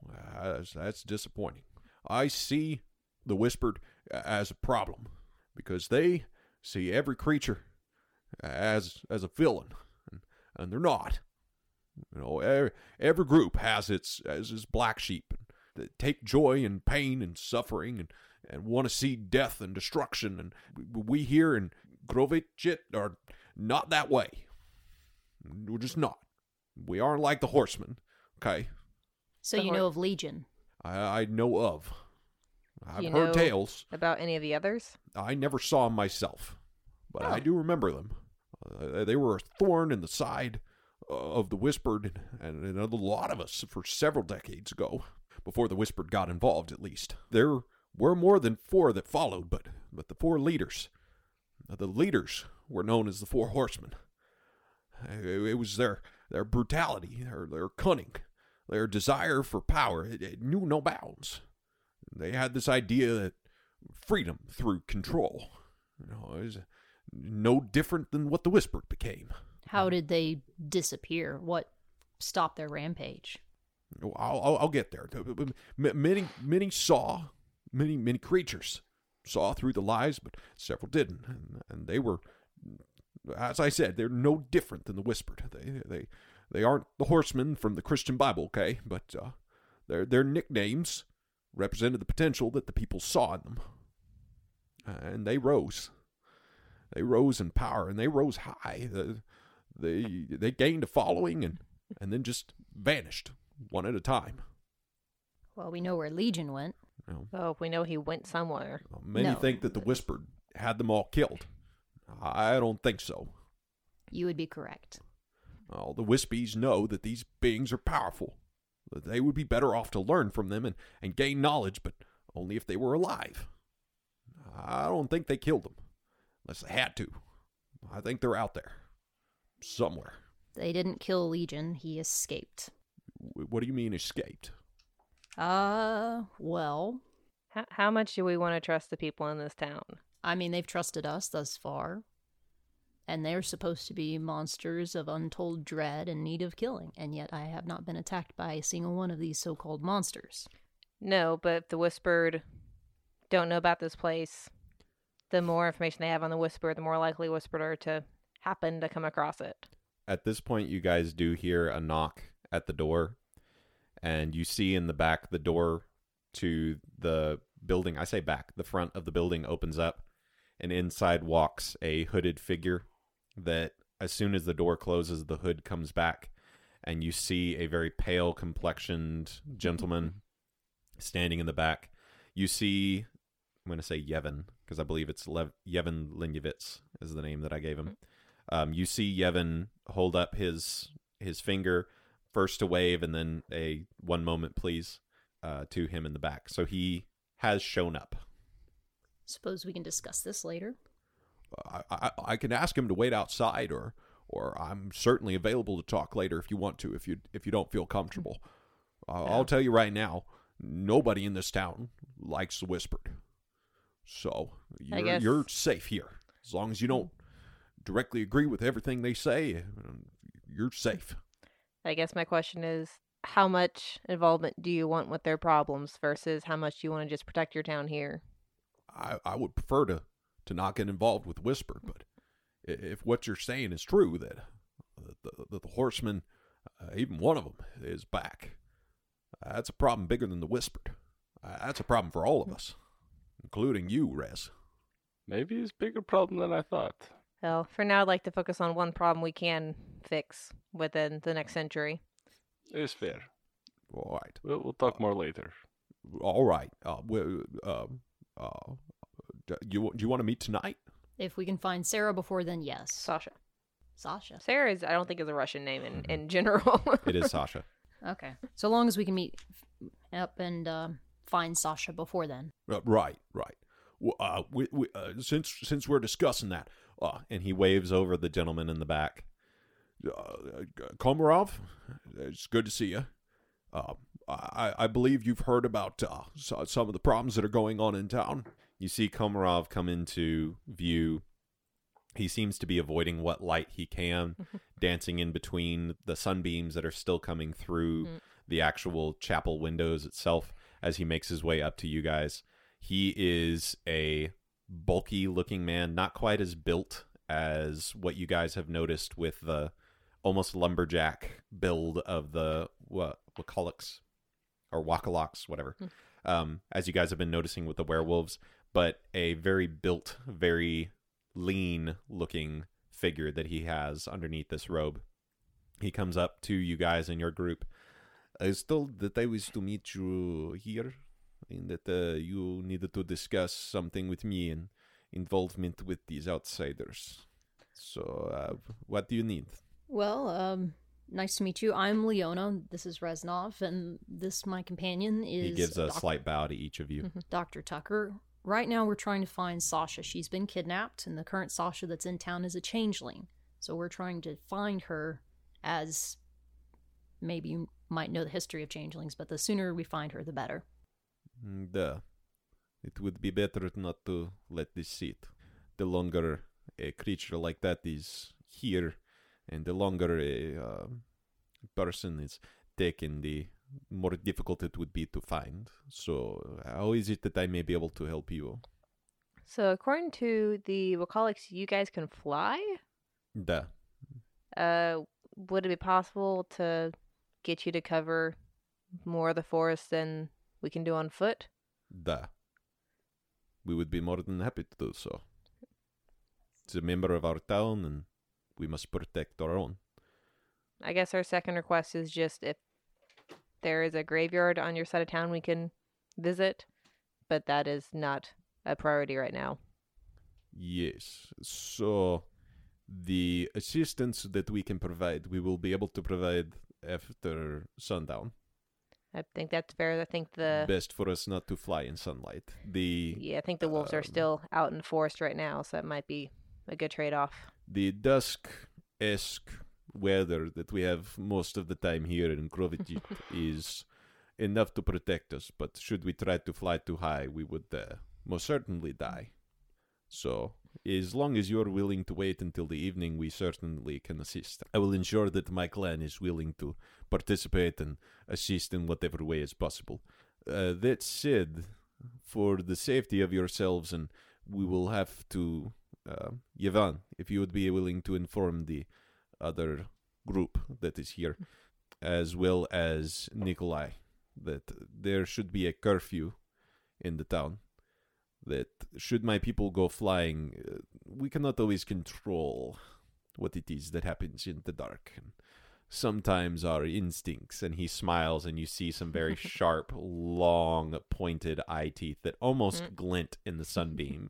Speaker 2: Uh, That's, that's disappointing. I see the whispered a- as a problem because they see every creature as as a villain, and, and they're not. You know, every, every group has its as its black sheep that take joy in pain and suffering and and want to see death and destruction. And w- we here in Grovicit are not that way. We're just not. We aren't like the horsemen. Okay,
Speaker 3: so
Speaker 4: The
Speaker 3: you
Speaker 4: hor-
Speaker 3: know of Legion.
Speaker 2: I, I know of. I've
Speaker 4: You
Speaker 2: heard
Speaker 4: know-
Speaker 2: tales.
Speaker 4: About any of the others?
Speaker 2: I never saw 'em myself, but I
Speaker 3: Oh.
Speaker 2: do remember them. Uh, they were a thorn in the side uh, of the Whispered and, and a lot of us for several decades ago. before the whispered got involved at least. There were more than four that followed, but but the four leaders the leaders were known as the four horsemen. It, it was their their brutality, their their cunning, their desire for power. It, it knew no bounds. They had this idea that freedom through control. You know, it was no different than what the whispered became.
Speaker 3: How did they disappear? What stopped their rampage?
Speaker 2: I'll, I'll, I'll get there. M- Many, many saw, many, many creatures saw through the lies, but several didn't, and, and they were, as I said, they're no different than the whispered. They, they, they aren't the horsemen from the Christian Bible, okay? But uh, their their nicknames represented the potential that the people saw in them, and they rose. They rose in power, and they rose high. The- They they gained a following, and and then just vanished one at a time.
Speaker 3: Well, we know where Legion went.
Speaker 2: You know,
Speaker 4: Oh, we know he went somewhere.
Speaker 2: Many
Speaker 3: No.
Speaker 2: think that the whispered had them all killed. I don't think so.
Speaker 3: You would be correct.
Speaker 2: All the Wispies know that these beings are powerful. That they would be better off to learn from them and, and gain knowledge, but only if they were alive. I don't think they killed them, unless they had to. I think they're out there, somewhere.
Speaker 3: They didn't kill Legion, he escaped.
Speaker 2: W- What do you mean escaped?
Speaker 3: Uh, well,
Speaker 4: How, how much do we want to trust the people in this town?
Speaker 3: I mean, they've trusted us thus far. And they're supposed to be monsters of untold dread and need of killing, and yet I have not been attacked by a single one of these so called monsters.
Speaker 4: No, but if the Whispered don't know about this place, the more information they have on the Whispered, the more likely Whispered are to happen to come across it.
Speaker 2: At this point, you guys do hear a knock at the door, and you see in the back the door to the building. I say back, the front of the building opens up, and inside walks a hooded figure that, as soon as the door closes, the hood comes back, and you see a very pale complexioned gentleman standing in the back. You see, I'm going to say Yevon, because I believe it's Lev- Yevon Linyevitz is the name that I gave him. Um, you see Yevon hold up his his finger first to wave and then a one moment please uh, to him in the back. So he has shown up.
Speaker 3: Suppose we can discuss this later.
Speaker 2: I, I, I can ask him to wait outside or or I'm certainly available to talk later if you want to if you if you don't feel comfortable. Uh, I'll tell you right now, nobody in this town likes the whispered. So you're,
Speaker 4: guess-
Speaker 2: you're safe here as long as you don't directly agree with everything they say. You're safe.
Speaker 4: I guess my question is how much involvement do you want with their problems versus how much do you want to just protect your town here?
Speaker 2: I, I would prefer to, to not get involved with Whisper, but i- if what you're saying is true, that, that, the, that the horseman, uh, even one of them, is back, uh, that's a problem bigger than the Whispered. Uh, that's a problem for all of us, including you, Rez.
Speaker 5: Maybe it's a bigger problem than I thought.
Speaker 4: Well, for now, I'd like to focus on one problem we can fix within the next century.
Speaker 5: It's fair.
Speaker 2: All right.
Speaker 5: We'll, we'll talk more later.
Speaker 2: All right. Uh, we, uh, uh, do you, do you want to meet tonight?
Speaker 3: If we can find Sarah before then, yes.
Speaker 4: Sasha.
Speaker 3: Sasha.
Speaker 4: Sarah is, I don't think, is a Russian name in, in general. (laughs)
Speaker 2: It is Sasha.
Speaker 3: Okay. So long as we can meet up and um find Sasha before then.
Speaker 2: Uh, right, right. W- Uh, we, we, uh, since since we're discussing that, uh, and he waves over the gentleman in the back. Uh, uh, Komarov, it's good to see you. Uh, I, I believe you've heard about uh, so- some of the problems that are going on in town. You see Komarov come into view. He seems to be avoiding what light he can, dancing in between the sunbeams that are still coming through the actual chapel windows itself as he makes his way up to you guys. He is a bulky looking man, not quite as built as what you guys have noticed with the almost lumberjack build of the Wa- Wakaliks or Wakaloks, whatever, um, as you guys have been noticing with the werewolves, but a very built, very lean looking figure that he has underneath this robe. He comes up to you guys in your group I was told that I was to meet you here and that uh, you needed to discuss something with me and involvement with these outsiders. So, uh, what do you need?
Speaker 3: Well, um, Nice to meet you. I'm Leona. This is Reznov, and this my companion is.
Speaker 2: he gives a
Speaker 3: Doc-
Speaker 2: slight bow to each of you.
Speaker 3: Dr. Tucker. Right now, we're trying to find Sasha. She's been kidnapped, and the current Sasha that's in town is a changeling. So we're trying to find her as maybe you might know the history of changelings, but the sooner we find her, the better.
Speaker 2: Mm, Duh. It would be better not to let this sit. The longer a creature like that is here, and the longer a uh, person is taken, the more difficult it would be to find. So, uh, how is it that I may be able to help you?
Speaker 4: So according to the Wakalics, you guys can fly.
Speaker 2: Duh.
Speaker 4: Uh, would it be possible to get you to cover more of the forest than we can do on foot?
Speaker 2: Duh. We would be more than happy to do so. It's a member of our town, and we must protect our own.
Speaker 4: I guess our second request is just if there is a graveyard on your side of town we can visit, but that is not a priority right now.
Speaker 2: Yes. So the assistance that we can provide, we will be able to provide after sundown.
Speaker 4: I think that's fair. I think the
Speaker 2: Best for us not to fly in sunlight. The
Speaker 4: yeah, I think the wolves are
Speaker 2: um,
Speaker 4: still out in the forest right now, so that might be a good trade-off.
Speaker 2: the dusk esque weather that we have most of the time here in Krovicik is enough to protect us, but should we try to fly too high, we would uh, most certainly die. So, as long as you're willing to wait until the evening, we certainly can assist. I will ensure that my clan is willing to participate and assist in whatever way is possible. Uh, that said, for the safety of yourselves, and we will have to uh, Yvonne, if you would be willing to inform the other group that is here, as well as Nikolai, that there should be a curfew in the town. That should my people go flying, uh, we cannot always control what it is that happens in the dark. And sometimes our instincts, and he smiles, and you see some very sharp, long, pointed eye teeth that almost glint in the sunbeam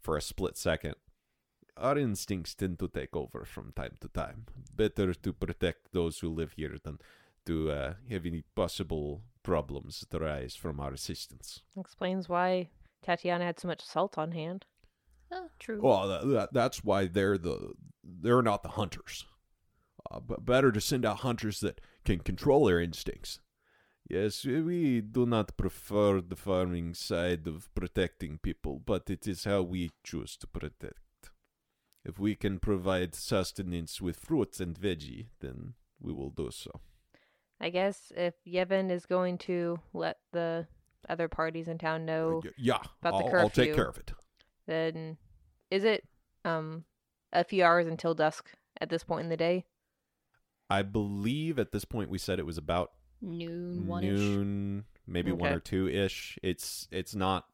Speaker 2: for a split second our instincts tend to take over from time to time. Better to protect those who live here than to uh, have any possible problems that arise from our assistance.
Speaker 4: Explains why Tatiana had so much salt on hand.
Speaker 3: Oh, true.
Speaker 2: Well, tha- tha- that's why they're the they're not the hunters. Uh, but better to send out hunters that can control their instincts. Yes, we do not prefer the farming side of protecting people, but it is how we choose to protect. If we can provide sustenance with fruits and veggie, then we will do so.
Speaker 4: I guess if Yevon is going to let the other parties in town know,
Speaker 2: Y- yeah,
Speaker 4: Oh, about the
Speaker 2: I'll, I'll take
Speaker 4: curfew.
Speaker 2: care of it.
Speaker 4: then is it um a few hours until dusk at this point in the day?
Speaker 2: I believe at this point we said it was about
Speaker 3: Noon, one ish.
Speaker 2: noon, maybe one
Speaker 4: Okay.
Speaker 2: or two ish. It's it's not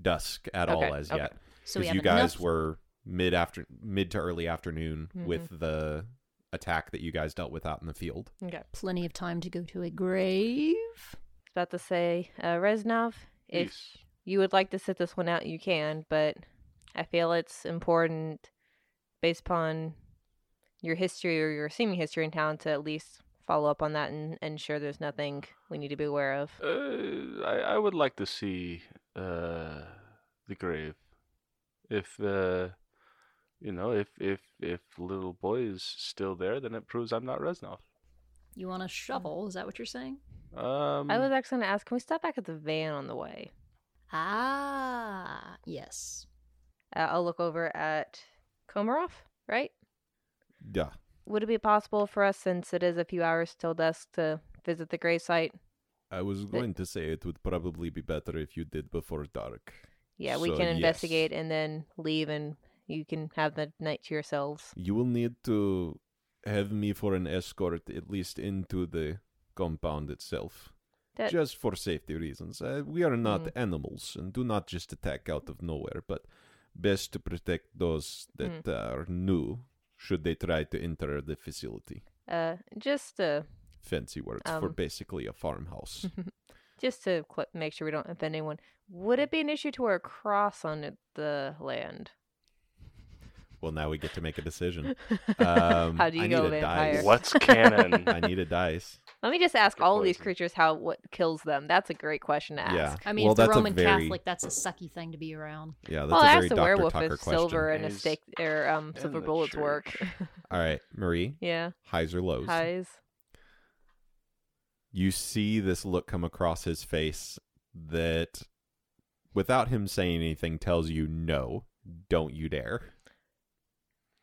Speaker 2: dusk at all
Speaker 4: Okay,
Speaker 2: as
Speaker 4: okay.
Speaker 2: yet
Speaker 3: So we
Speaker 2: because
Speaker 3: have
Speaker 2: you guys
Speaker 3: enough-
Speaker 2: were mid after mid to early afternoon
Speaker 3: Mm-hmm.
Speaker 2: with the attack that you guys dealt with out in the field.
Speaker 4: Okay.
Speaker 3: plenty of time to go to a grave.
Speaker 4: about to say, uh, Reznov, if
Speaker 5: Yes.
Speaker 4: you would like to sit this one out, you can, but I feel it's important based upon your history or your seeming history in town to at least follow up on that and ensure there's nothing we need to be aware of.
Speaker 5: Uh, I, I would like to see uh, the grave. If uh, you know, if if if little boy is still there, then it proves I'm not Reznov.
Speaker 3: You want a shovel? Is that what you're saying?
Speaker 5: Um,
Speaker 2: Mm.
Speaker 4: I was actually going to ask, can we stop back at the van on the way?
Speaker 3: Ah, yes.
Speaker 4: Uh, I'll look over at Komarov, right?
Speaker 2: Yeah,
Speaker 4: Would it be possible for us, since it is a few hours till dusk, to visit the gravesite?
Speaker 2: I was going to say it would probably be better if you did before dark.
Speaker 4: Yeah, we
Speaker 2: So,
Speaker 4: can
Speaker 2: yes.
Speaker 4: investigate and then leave, and you can have the night to yourselves.
Speaker 2: You will need to have me for an escort at least into the compound itself.
Speaker 4: That- Mm.
Speaker 2: just for safety reasons. Uh, we are not animals and do not just attack out of nowhere, but best to protect those that
Speaker 4: Mm.
Speaker 2: are new should they try to enter the facility.
Speaker 4: uh, just to
Speaker 2: Fancy words for
Speaker 4: Um.
Speaker 2: basically a
Speaker 4: (laughs)
Speaker 2: farmhouse.
Speaker 4: just to cl- make sure we don't offend (laughs) anyone. Would it be an issue to wear a cross on it- the land?
Speaker 2: Well, now we get to make a decision. Um,
Speaker 4: How do you
Speaker 2: I
Speaker 4: go
Speaker 2: need a
Speaker 4: vampire?
Speaker 2: dice.
Speaker 5: What's canon?
Speaker 2: (laughs) I
Speaker 4: (laughs)
Speaker 2: need a dice.
Speaker 4: Let me just ask
Speaker 5: Good
Speaker 4: all of these
Speaker 5: poison.
Speaker 4: creatures how what kills them. That's a great question to ask.
Speaker 2: Yeah.
Speaker 3: I mean,
Speaker 2: well,
Speaker 3: if the
Speaker 2: that's a
Speaker 3: Roman
Speaker 2: very-
Speaker 3: Catholic, that's a sucky thing to be around.
Speaker 2: Yeah, that's
Speaker 4: well,
Speaker 2: a
Speaker 4: I
Speaker 2: very
Speaker 4: asked the
Speaker 2: Dr.
Speaker 4: werewolf
Speaker 2: Tucker
Speaker 4: if
Speaker 2: question.
Speaker 4: silver and a
Speaker 5: Is
Speaker 4: stake or um
Speaker 5: in
Speaker 4: silver
Speaker 5: the
Speaker 4: bullets
Speaker 5: (laughs)
Speaker 4: work. (laughs)
Speaker 5: church.
Speaker 2: All right, Marie,
Speaker 4: yeah,
Speaker 2: highs or lows?
Speaker 4: highs.
Speaker 2: You see this look come across his face that, without him saying anything, tells you no, don't you dare.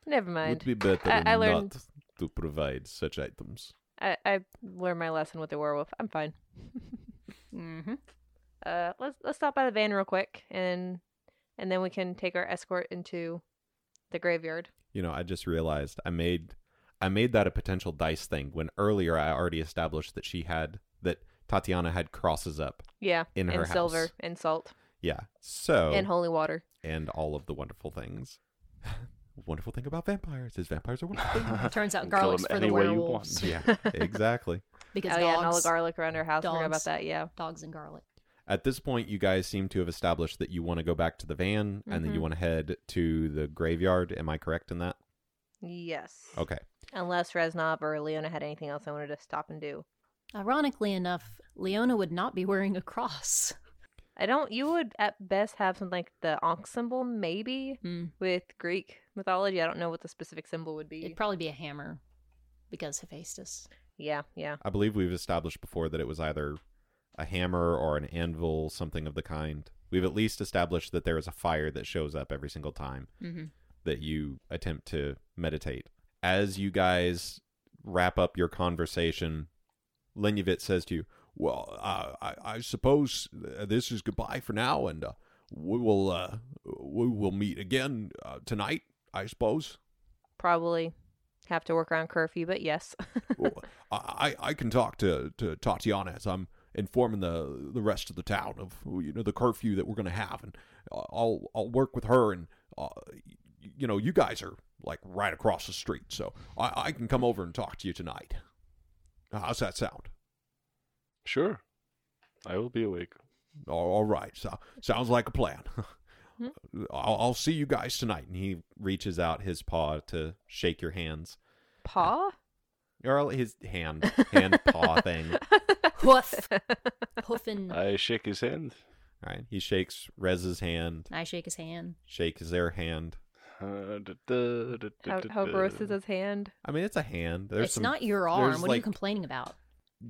Speaker 4: Never
Speaker 2: Would
Speaker 4: mind.
Speaker 2: be better
Speaker 4: I- I learned-
Speaker 2: not to provide such items.
Speaker 4: I, I learned my lesson with the werewolf. I'm fine.
Speaker 2: (laughs)
Speaker 3: Mm-hmm.
Speaker 4: Uh, let's let's stop by the van real quick and and then we can take our escort into the graveyard.
Speaker 2: You know, I just realized I made I made that a potential dice thing when earlier I already established that she had that Tatiana had crosses up
Speaker 4: Yeah,
Speaker 2: in her
Speaker 4: and
Speaker 2: house. Oh.
Speaker 4: silver and salt
Speaker 2: Yeah. So
Speaker 4: and holy water.
Speaker 2: and all of the wonderful things. (laughs) wonderful thing about vampires is vampires are wonderful
Speaker 4: (laughs)
Speaker 2: things.
Speaker 3: Turns out
Speaker 5: Kill
Speaker 3: garlic's
Speaker 5: them
Speaker 3: for the
Speaker 5: any way you
Speaker 3: werewolves
Speaker 2: yeah, exactly.
Speaker 3: (laughs) because
Speaker 4: oh yeah, and all the
Speaker 3: dogs,
Speaker 4: garlic around her house. I forgot about
Speaker 3: dogs.
Speaker 4: that. Yeah,
Speaker 3: dogs and garlic.
Speaker 2: At this point, you guys seem to have established that you want to go back to the van and then you
Speaker 4: Mhm.
Speaker 2: want to head to the graveyard. Am I correct in that?
Speaker 4: yes.
Speaker 2: Okay.
Speaker 4: Unless Reznov or Leona had anything else I wanted to stop and do.
Speaker 3: Ironically enough, Leona would not be wearing a cross. (laughs)
Speaker 4: I don't. You would at best have something like the Ankh symbol, maybe
Speaker 3: Mm.
Speaker 4: with Greek mythology. I don't know what the specific symbol would be.
Speaker 3: It'd probably be a hammer because Hephaestus.
Speaker 4: yeah, yeah.
Speaker 2: I believe we've established before that it was either a hammer or an anvil, something of the kind. We've at least established that there is a fire that shows up every single time
Speaker 4: (laughs)
Speaker 3: Mm-hmm.
Speaker 2: that you attempt to meditate. As you guys wrap up your conversation, Lenyevitt says to you, "Well, I, I, I suppose uh, this is goodbye for now, and uh, we will uh, we will meet again uh, tonight, I suppose.
Speaker 4: Probably have to work around curfew, but yes.
Speaker 1: Well, I, I I can talk to, to Tatiana as I'm informing the the rest of the town of you know the curfew that we're going to have, and uh, I'll I'll work with her and uh, y- you know you guys are like right across the street, so I, I can come over and talk to you tonight. How's that sound?
Speaker 5: Sure. I will be awake.
Speaker 1: All- all right, so sounds like a plan. (laughs) I'll, I'll see you guys tonight.
Speaker 2: And he reaches out his paw to shake your hands,
Speaker 4: Paw.
Speaker 2: or his hand, (laughs) hand
Speaker 4: (laughs)
Speaker 2: paw thing.
Speaker 3: Hoof.
Speaker 4: Mm.
Speaker 3: Hoofing.
Speaker 5: I shake his hand.
Speaker 2: All right, he shakes Rez's hand,
Speaker 3: I shake his hand.
Speaker 2: shakes their hand.
Speaker 5: Uh, da- da- da- da-
Speaker 4: How,
Speaker 5: da-
Speaker 4: how
Speaker 5: da.
Speaker 4: gross is his hand?
Speaker 2: I mean, it's a hand. There's
Speaker 3: it's
Speaker 2: some-
Speaker 3: not your
Speaker 2: there's,
Speaker 3: arm. What are you
Speaker 2: like-
Speaker 3: complaining about?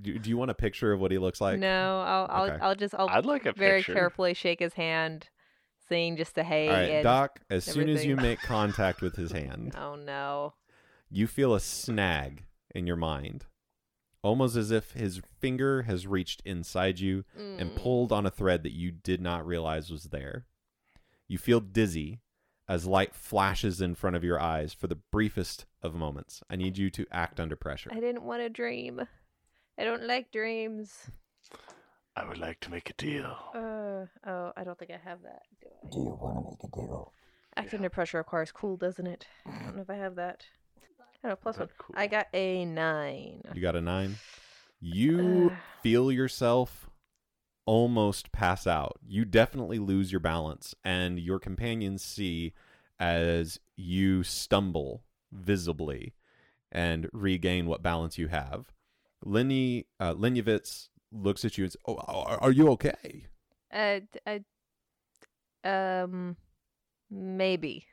Speaker 2: Do, do you want a picture of what he looks like?
Speaker 4: no, I'll I'll,
Speaker 2: Okay.
Speaker 4: I'll just I'll
Speaker 5: I'd like a
Speaker 4: very
Speaker 5: picture.
Speaker 4: carefully shake his hand, seeing just the hey
Speaker 2: All right,
Speaker 4: and
Speaker 2: Doc, as soon as you
Speaker 3: (laughs)
Speaker 4: everything.
Speaker 2: make contact with his hand,
Speaker 4: oh no.
Speaker 2: you feel a snag in your mind, almost as if his finger has reached inside you and
Speaker 3: Hmm.
Speaker 4: Mm.
Speaker 2: pulled on a thread that you did not realize was there. You feel dizzy as light flashes in front of your eyes for the briefest of moments. I need you to act under pressure.
Speaker 4: I didn't want to dream. I don't like dreams.
Speaker 5: I would like to make a deal.
Speaker 4: Uh, oh, I don't think I have that. Do I?
Speaker 6: Do you want to make a deal?
Speaker 4: Act under pressure requires cool, doesn't it? I don't know if I have that. I don't know, plus one.
Speaker 5: Not cool.
Speaker 4: I got a nine.
Speaker 2: You got a nine. You
Speaker 4: Ugh.
Speaker 2: feel yourself almost pass out. You definitely lose your balance, and your companions see as you stumble visibly and regain what balance you have. Lenny uh, Lenyovitz looks at you and says, "Oh, are, are you okay?"
Speaker 4: Uh, d- I, um, maybe.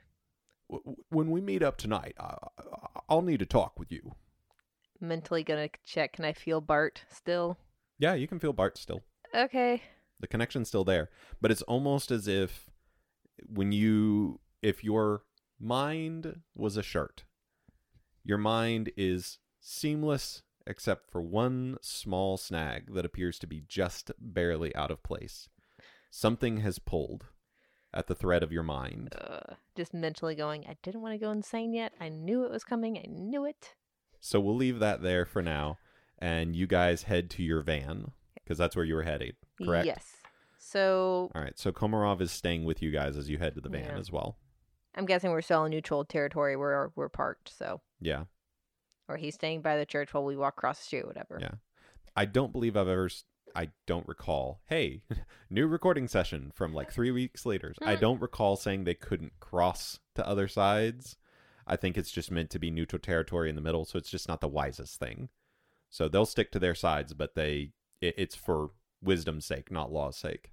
Speaker 1: W- w- When we meet up tonight, I, I- I'll need to talk with you.
Speaker 4: Mentally gonna check. Can I feel Bart still?
Speaker 2: Yeah, you can feel Bart still.
Speaker 4: Okay.
Speaker 2: the connection's still there but it's almost as if when you if your mind was a shirt your mind is seamless except for one small snag that appears to be just barely out of place something has pulled at the thread of your mind
Speaker 4: Uh, just mentally going. I didn't want to go insane yet. I knew it was coming. I knew it.
Speaker 2: so we'll leave that there for now and you guys head to your van because that's where you were headed correct
Speaker 4: Yes. So
Speaker 2: all right so komarov is staying with you guys as you head to the van
Speaker 4: Yeah.
Speaker 2: as well
Speaker 4: I'm guessing we're still in neutral territory where we're parked. So,
Speaker 2: yeah
Speaker 4: or he's staying by the church while we walk across the street, whatever.
Speaker 2: Yeah. I don't believe I've ever. s- I don't recall. Hey, (laughs) new recording session from like three weeks later. I
Speaker 4: Hmm.
Speaker 2: don't recall saying they couldn't cross to other sides. I think it's just meant to be neutral territory in the middle, so it's just not the wisest thing. So they'll stick to their sides, but they it, it's for wisdom's sake, not law's sake.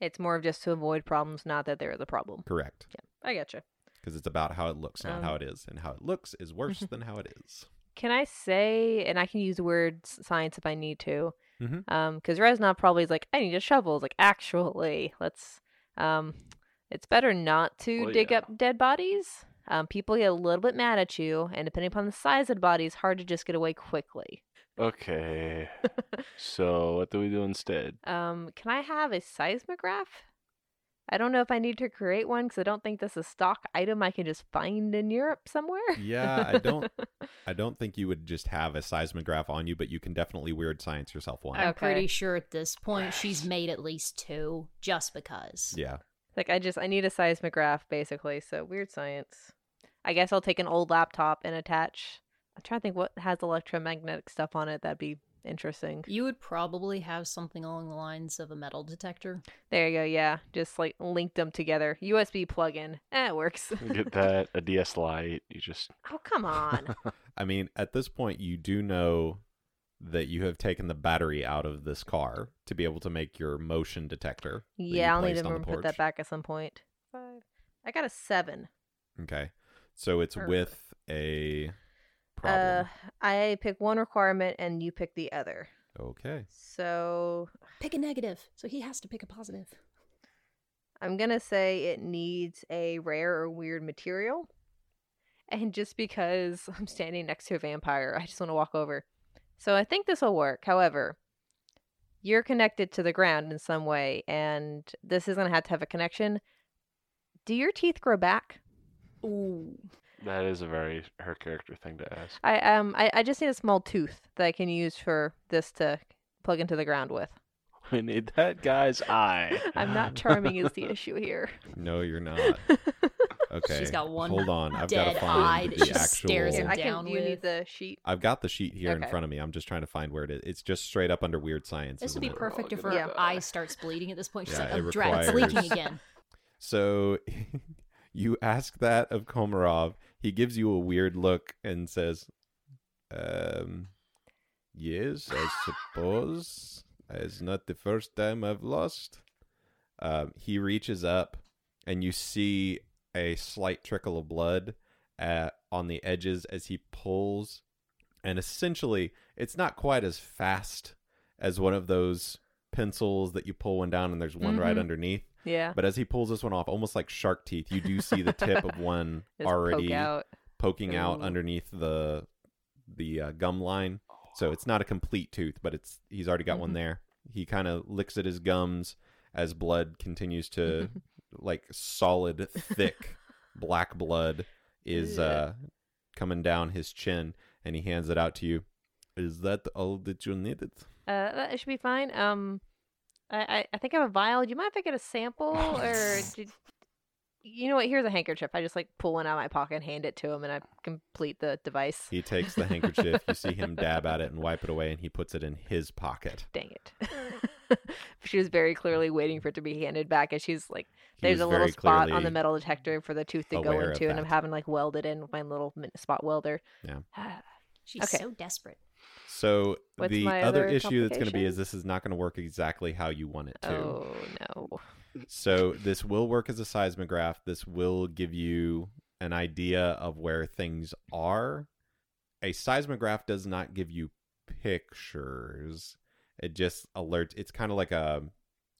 Speaker 4: It's more of just to avoid problems, not that there is a problem.
Speaker 2: Correct.
Speaker 4: I gotcha.
Speaker 2: Because it's about how it looks, not
Speaker 4: Um.
Speaker 2: how it is. And how it looks is worse than how it is.
Speaker 4: Can I say, and I can use the word s- science if I need to, because
Speaker 2: Mhm.
Speaker 4: Reznov probably is like, I need a shovel. It's like, actually, let's. Um, it's better not to
Speaker 5: Well,
Speaker 4: dig
Speaker 5: yeah.
Speaker 4: up dead bodies. Um, people get a little bit mad at you, and depending upon the size of the body, it's hard to just get away quickly.
Speaker 5: Okay. so what do we do instead?
Speaker 4: Um, can I have a seismograph? I don't know if I need to create one because I don't think this is a stock item I can just find in Europe somewhere.
Speaker 2: Yeah, I
Speaker 4: (laughs)
Speaker 2: don't I don't think you would just have a seismograph on you, but you can definitely weird science yourself one.
Speaker 3: I'm
Speaker 4: Okay.
Speaker 3: pretty sure at this point (sighs) she's made at least two just because.
Speaker 2: Yeah.
Speaker 4: Like I just I need a seismograph basically. So weird science. I guess I'll take an old laptop and attach. I'm trying to think what has electromagnetic stuff on it. That'd be interesting.
Speaker 3: You would probably have something along the lines of a metal detector.
Speaker 4: There you go. Yeah, just like link them together. USB plug-in. Eh,
Speaker 2: (laughs)
Speaker 4: it works.
Speaker 5: You Get that a DS Lite. You just
Speaker 4: oh
Speaker 2: (laughs)
Speaker 4: come on.
Speaker 2: I mean, at this point, you do know that you have taken the battery out of this car to be able to make your motion detector. that you
Speaker 4: yeah, I'll need
Speaker 2: placed
Speaker 4: to
Speaker 2: on the
Speaker 4: remember to put
Speaker 2: porch.
Speaker 4: that back at some point. Five. I got a seven.
Speaker 2: Okay, so it's
Speaker 4: Or-
Speaker 2: with a problem.
Speaker 4: Uh, I pick one requirement and you pick the other.
Speaker 2: okay,
Speaker 4: So
Speaker 3: Pick a negative, so he has to pick a positive.
Speaker 4: I'm gonna say it needs a rare or weird material. And just because I'm standing next to a vampire, I just want to walk over. So I think this will work. However, you're connected to the ground in some way, and this is gonna have to have a connection. Do your teeth grow back?
Speaker 3: Ooh.
Speaker 5: that is a very her character thing to ask. (laughs)
Speaker 4: I um I, I just need a small tooth that I can use for this to plug into the ground with. (laughs)
Speaker 5: We need that guy's eye.
Speaker 4: I'm not charming
Speaker 5: (laughs)
Speaker 4: is the issue here.
Speaker 2: no, you're
Speaker 4: (laughs)
Speaker 2: not. Okay,
Speaker 3: She's got one
Speaker 2: Hold on, I've got to
Speaker 3: dead eye
Speaker 2: find
Speaker 3: that
Speaker 2: the
Speaker 3: she
Speaker 2: actual.
Speaker 3: stares
Speaker 4: Here,
Speaker 3: Isn't
Speaker 4: I can.
Speaker 3: down
Speaker 4: You need
Speaker 3: with-
Speaker 4: the sheet.
Speaker 2: I've got the sheet here in
Speaker 4: Okay.
Speaker 2: front of me. I'm just trying to find where it is. It's just straight up under weird science.
Speaker 3: This would
Speaker 2: isn't it?
Speaker 3: be perfect if her
Speaker 4: Yeah.
Speaker 3: eye starts bleeding at this point. She's
Speaker 2: Yeah,
Speaker 3: like,
Speaker 2: it
Speaker 3: oh, drat, it's leaking
Speaker 2: requires-
Speaker 3: (laughs) again.
Speaker 2: So (laughs) you ask that of Komarov. He gives you a weird look and says, um, Yes, I suppose. It's not the first time I've lost. Um, he reaches up and you see a slight trickle of blood uh on the edges as he pulls. And essentially, it's not quite as fast as one of those pencils that you pull one down and there's one right
Speaker 3: Mhm.
Speaker 2: underneath.
Speaker 4: Yeah.
Speaker 2: But as he pulls this one off, almost like shark teeth, you do see the tip of one
Speaker 4: (laughs) Just
Speaker 2: already
Speaker 4: poke out.
Speaker 2: poking out
Speaker 4: Ooh.
Speaker 2: underneath the the uh, gum line. So it's not a complete tooth, but it's he's already got one
Speaker 4: Mhm.
Speaker 2: there. He kind of licks at his gums as blood continues
Speaker 4: (laughs)
Speaker 2: to like solid thick black blood is
Speaker 4: Ugh.
Speaker 2: uh coming down his chin and he hands it out to you. Is that all that you needed?
Speaker 4: Uh, that should be fine. Um, I, I, I think I have a vial. Do you mind if I get a sample?
Speaker 2: (laughs)
Speaker 4: Or did, you know what? Here's a handkerchief. I just like pull one out of my pocket and hand it to him, and I complete the device.
Speaker 2: He takes the handkerchief. You see him dab at it and wipe it away and he puts it in his pocket.
Speaker 4: Dang it! (laughs) she was very clearly waiting for it to be handed back, and she's like,
Speaker 2: He
Speaker 4: "There's
Speaker 2: was
Speaker 4: a little
Speaker 2: very
Speaker 4: spot on the
Speaker 2: clearly-
Speaker 4: metal detector for the tooth to go
Speaker 2: aware of
Speaker 4: into, and I'm
Speaker 2: that.
Speaker 4: having like welded in with my little min- spot welder." (sighs)
Speaker 2: Yeah.
Speaker 3: She's
Speaker 4: Okay.
Speaker 3: so desperate.
Speaker 2: So
Speaker 4: What's
Speaker 2: the
Speaker 4: my
Speaker 2: other
Speaker 4: other
Speaker 2: issue that's going to be
Speaker 4: complication?
Speaker 2: is this is not going to work exactly how you want it to.
Speaker 4: oh no!
Speaker 2: So this will work as a seismograph. This will give you an idea of where things are. A seismograph does not give you pictures. It just alerts. It's kind of like a,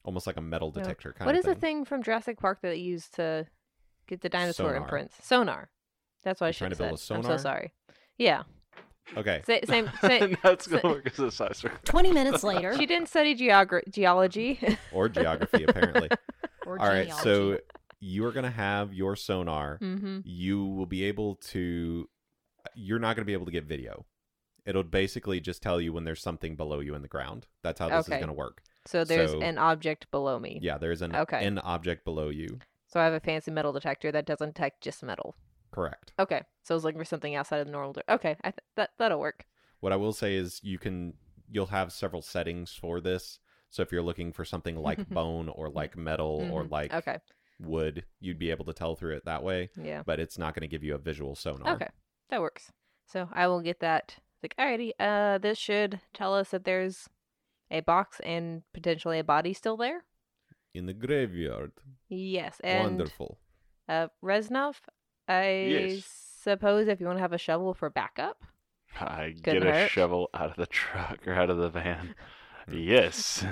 Speaker 2: almost like a metal
Speaker 4: No.
Speaker 2: detector kind
Speaker 4: What
Speaker 2: of
Speaker 4: is
Speaker 2: thing.
Speaker 4: the thing from Jurassic Park that they used to get the dinosaur
Speaker 2: Sonar.
Speaker 4: imprints? Sonar. That's what I
Speaker 2: You're
Speaker 4: should
Speaker 2: trying
Speaker 4: have
Speaker 2: to build
Speaker 4: said.
Speaker 2: a
Speaker 4: I'm
Speaker 2: sonar?
Speaker 4: so sorry. Yeah.
Speaker 2: Okay.
Speaker 4: Sa-
Speaker 2: (laughs)
Speaker 5: (laughs)
Speaker 4: same. same.
Speaker 5: That's
Speaker 4: sa-
Speaker 5: gonna work as a seismograph.
Speaker 3: 20 minutes (laughs) later,
Speaker 4: she didn't study geogra- geology. (laughs)
Speaker 2: Or geography, apparently.
Speaker 3: or
Speaker 2: All right. So
Speaker 3: genealogy.
Speaker 2: you are going to have your sonar.
Speaker 4: mm-hmm.
Speaker 2: you will be able to you're not going to be able to get video it'll basically just tell you when there's something below you in the ground that's how this is
Speaker 4: Okay.
Speaker 2: going to work
Speaker 4: So there's
Speaker 2: So-
Speaker 4: an object below me.
Speaker 2: yeah there's an
Speaker 4: Okay.
Speaker 2: an object below you
Speaker 4: So I have a fancy metal detector that doesn't detect just metal.
Speaker 2: correct
Speaker 4: Okay. So I was looking for something outside of the normal. De- okay. I th- that that'll work.
Speaker 2: what i will say is you can you'll have several
Speaker 4: (laughs)
Speaker 2: settings for this so if you're looking for something like bone or like metal or
Speaker 4: Mhm.
Speaker 2: like
Speaker 4: okay.
Speaker 2: would. You'd be able to tell through it that way,
Speaker 4: Yeah.
Speaker 2: but it's not going to give you a visual sonar.
Speaker 4: Okay. That works. So I will get that. Like, alrighty, uh, this should tell us that there's a box and potentially a body still there.
Speaker 2: In the graveyard.
Speaker 4: Yes. And
Speaker 2: Wonderful.
Speaker 4: uh Reznov, I
Speaker 5: Yes.
Speaker 4: suppose if you want to have a shovel for backup.
Speaker 5: I
Speaker 4: Couldn't
Speaker 5: get a
Speaker 4: hurt.
Speaker 5: shovel out of the truck or out of the
Speaker 4: (laughs)
Speaker 5: van. yes.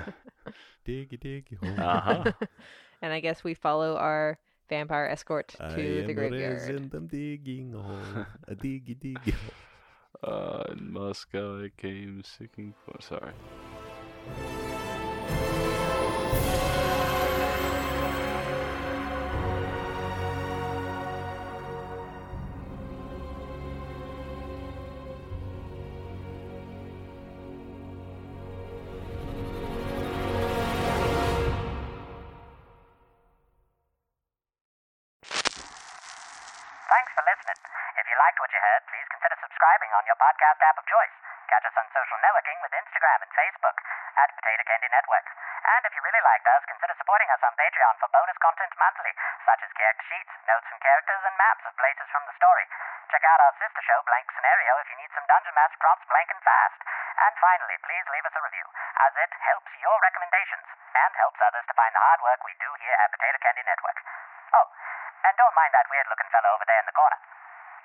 Speaker 2: Diggy diggy hole.
Speaker 5: Uh-huh.
Speaker 4: (laughs) and I guess we follow our vampire escort
Speaker 2: I
Speaker 4: to the
Speaker 2: am
Speaker 4: graveyard.
Speaker 2: raising them digging hole. A diggy diggy hole.
Speaker 5: Uh, in Moscow, I came seeking for. Sorry.
Speaker 6: Thanks for listening. If you liked what you heard, please consider subscribing on your podcast app of choice. Catch us on social networking with Instagram and Facebook at Potato Candy Network. And if you really liked us, consider supporting us on Patreon for bonus content monthly, such as character sheets, notes from characters, and maps of places from the story. Check out our sister show, Blank Scenario, if you need some Dungeon Master prompts blank and fast. And finally, please leave us a review, as it helps your recommendations and helps others to find the hard work we do here at Potato Candy Network. Oh, and don't mind that weird looking fellow over there in the corner.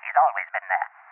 Speaker 6: He's always been there.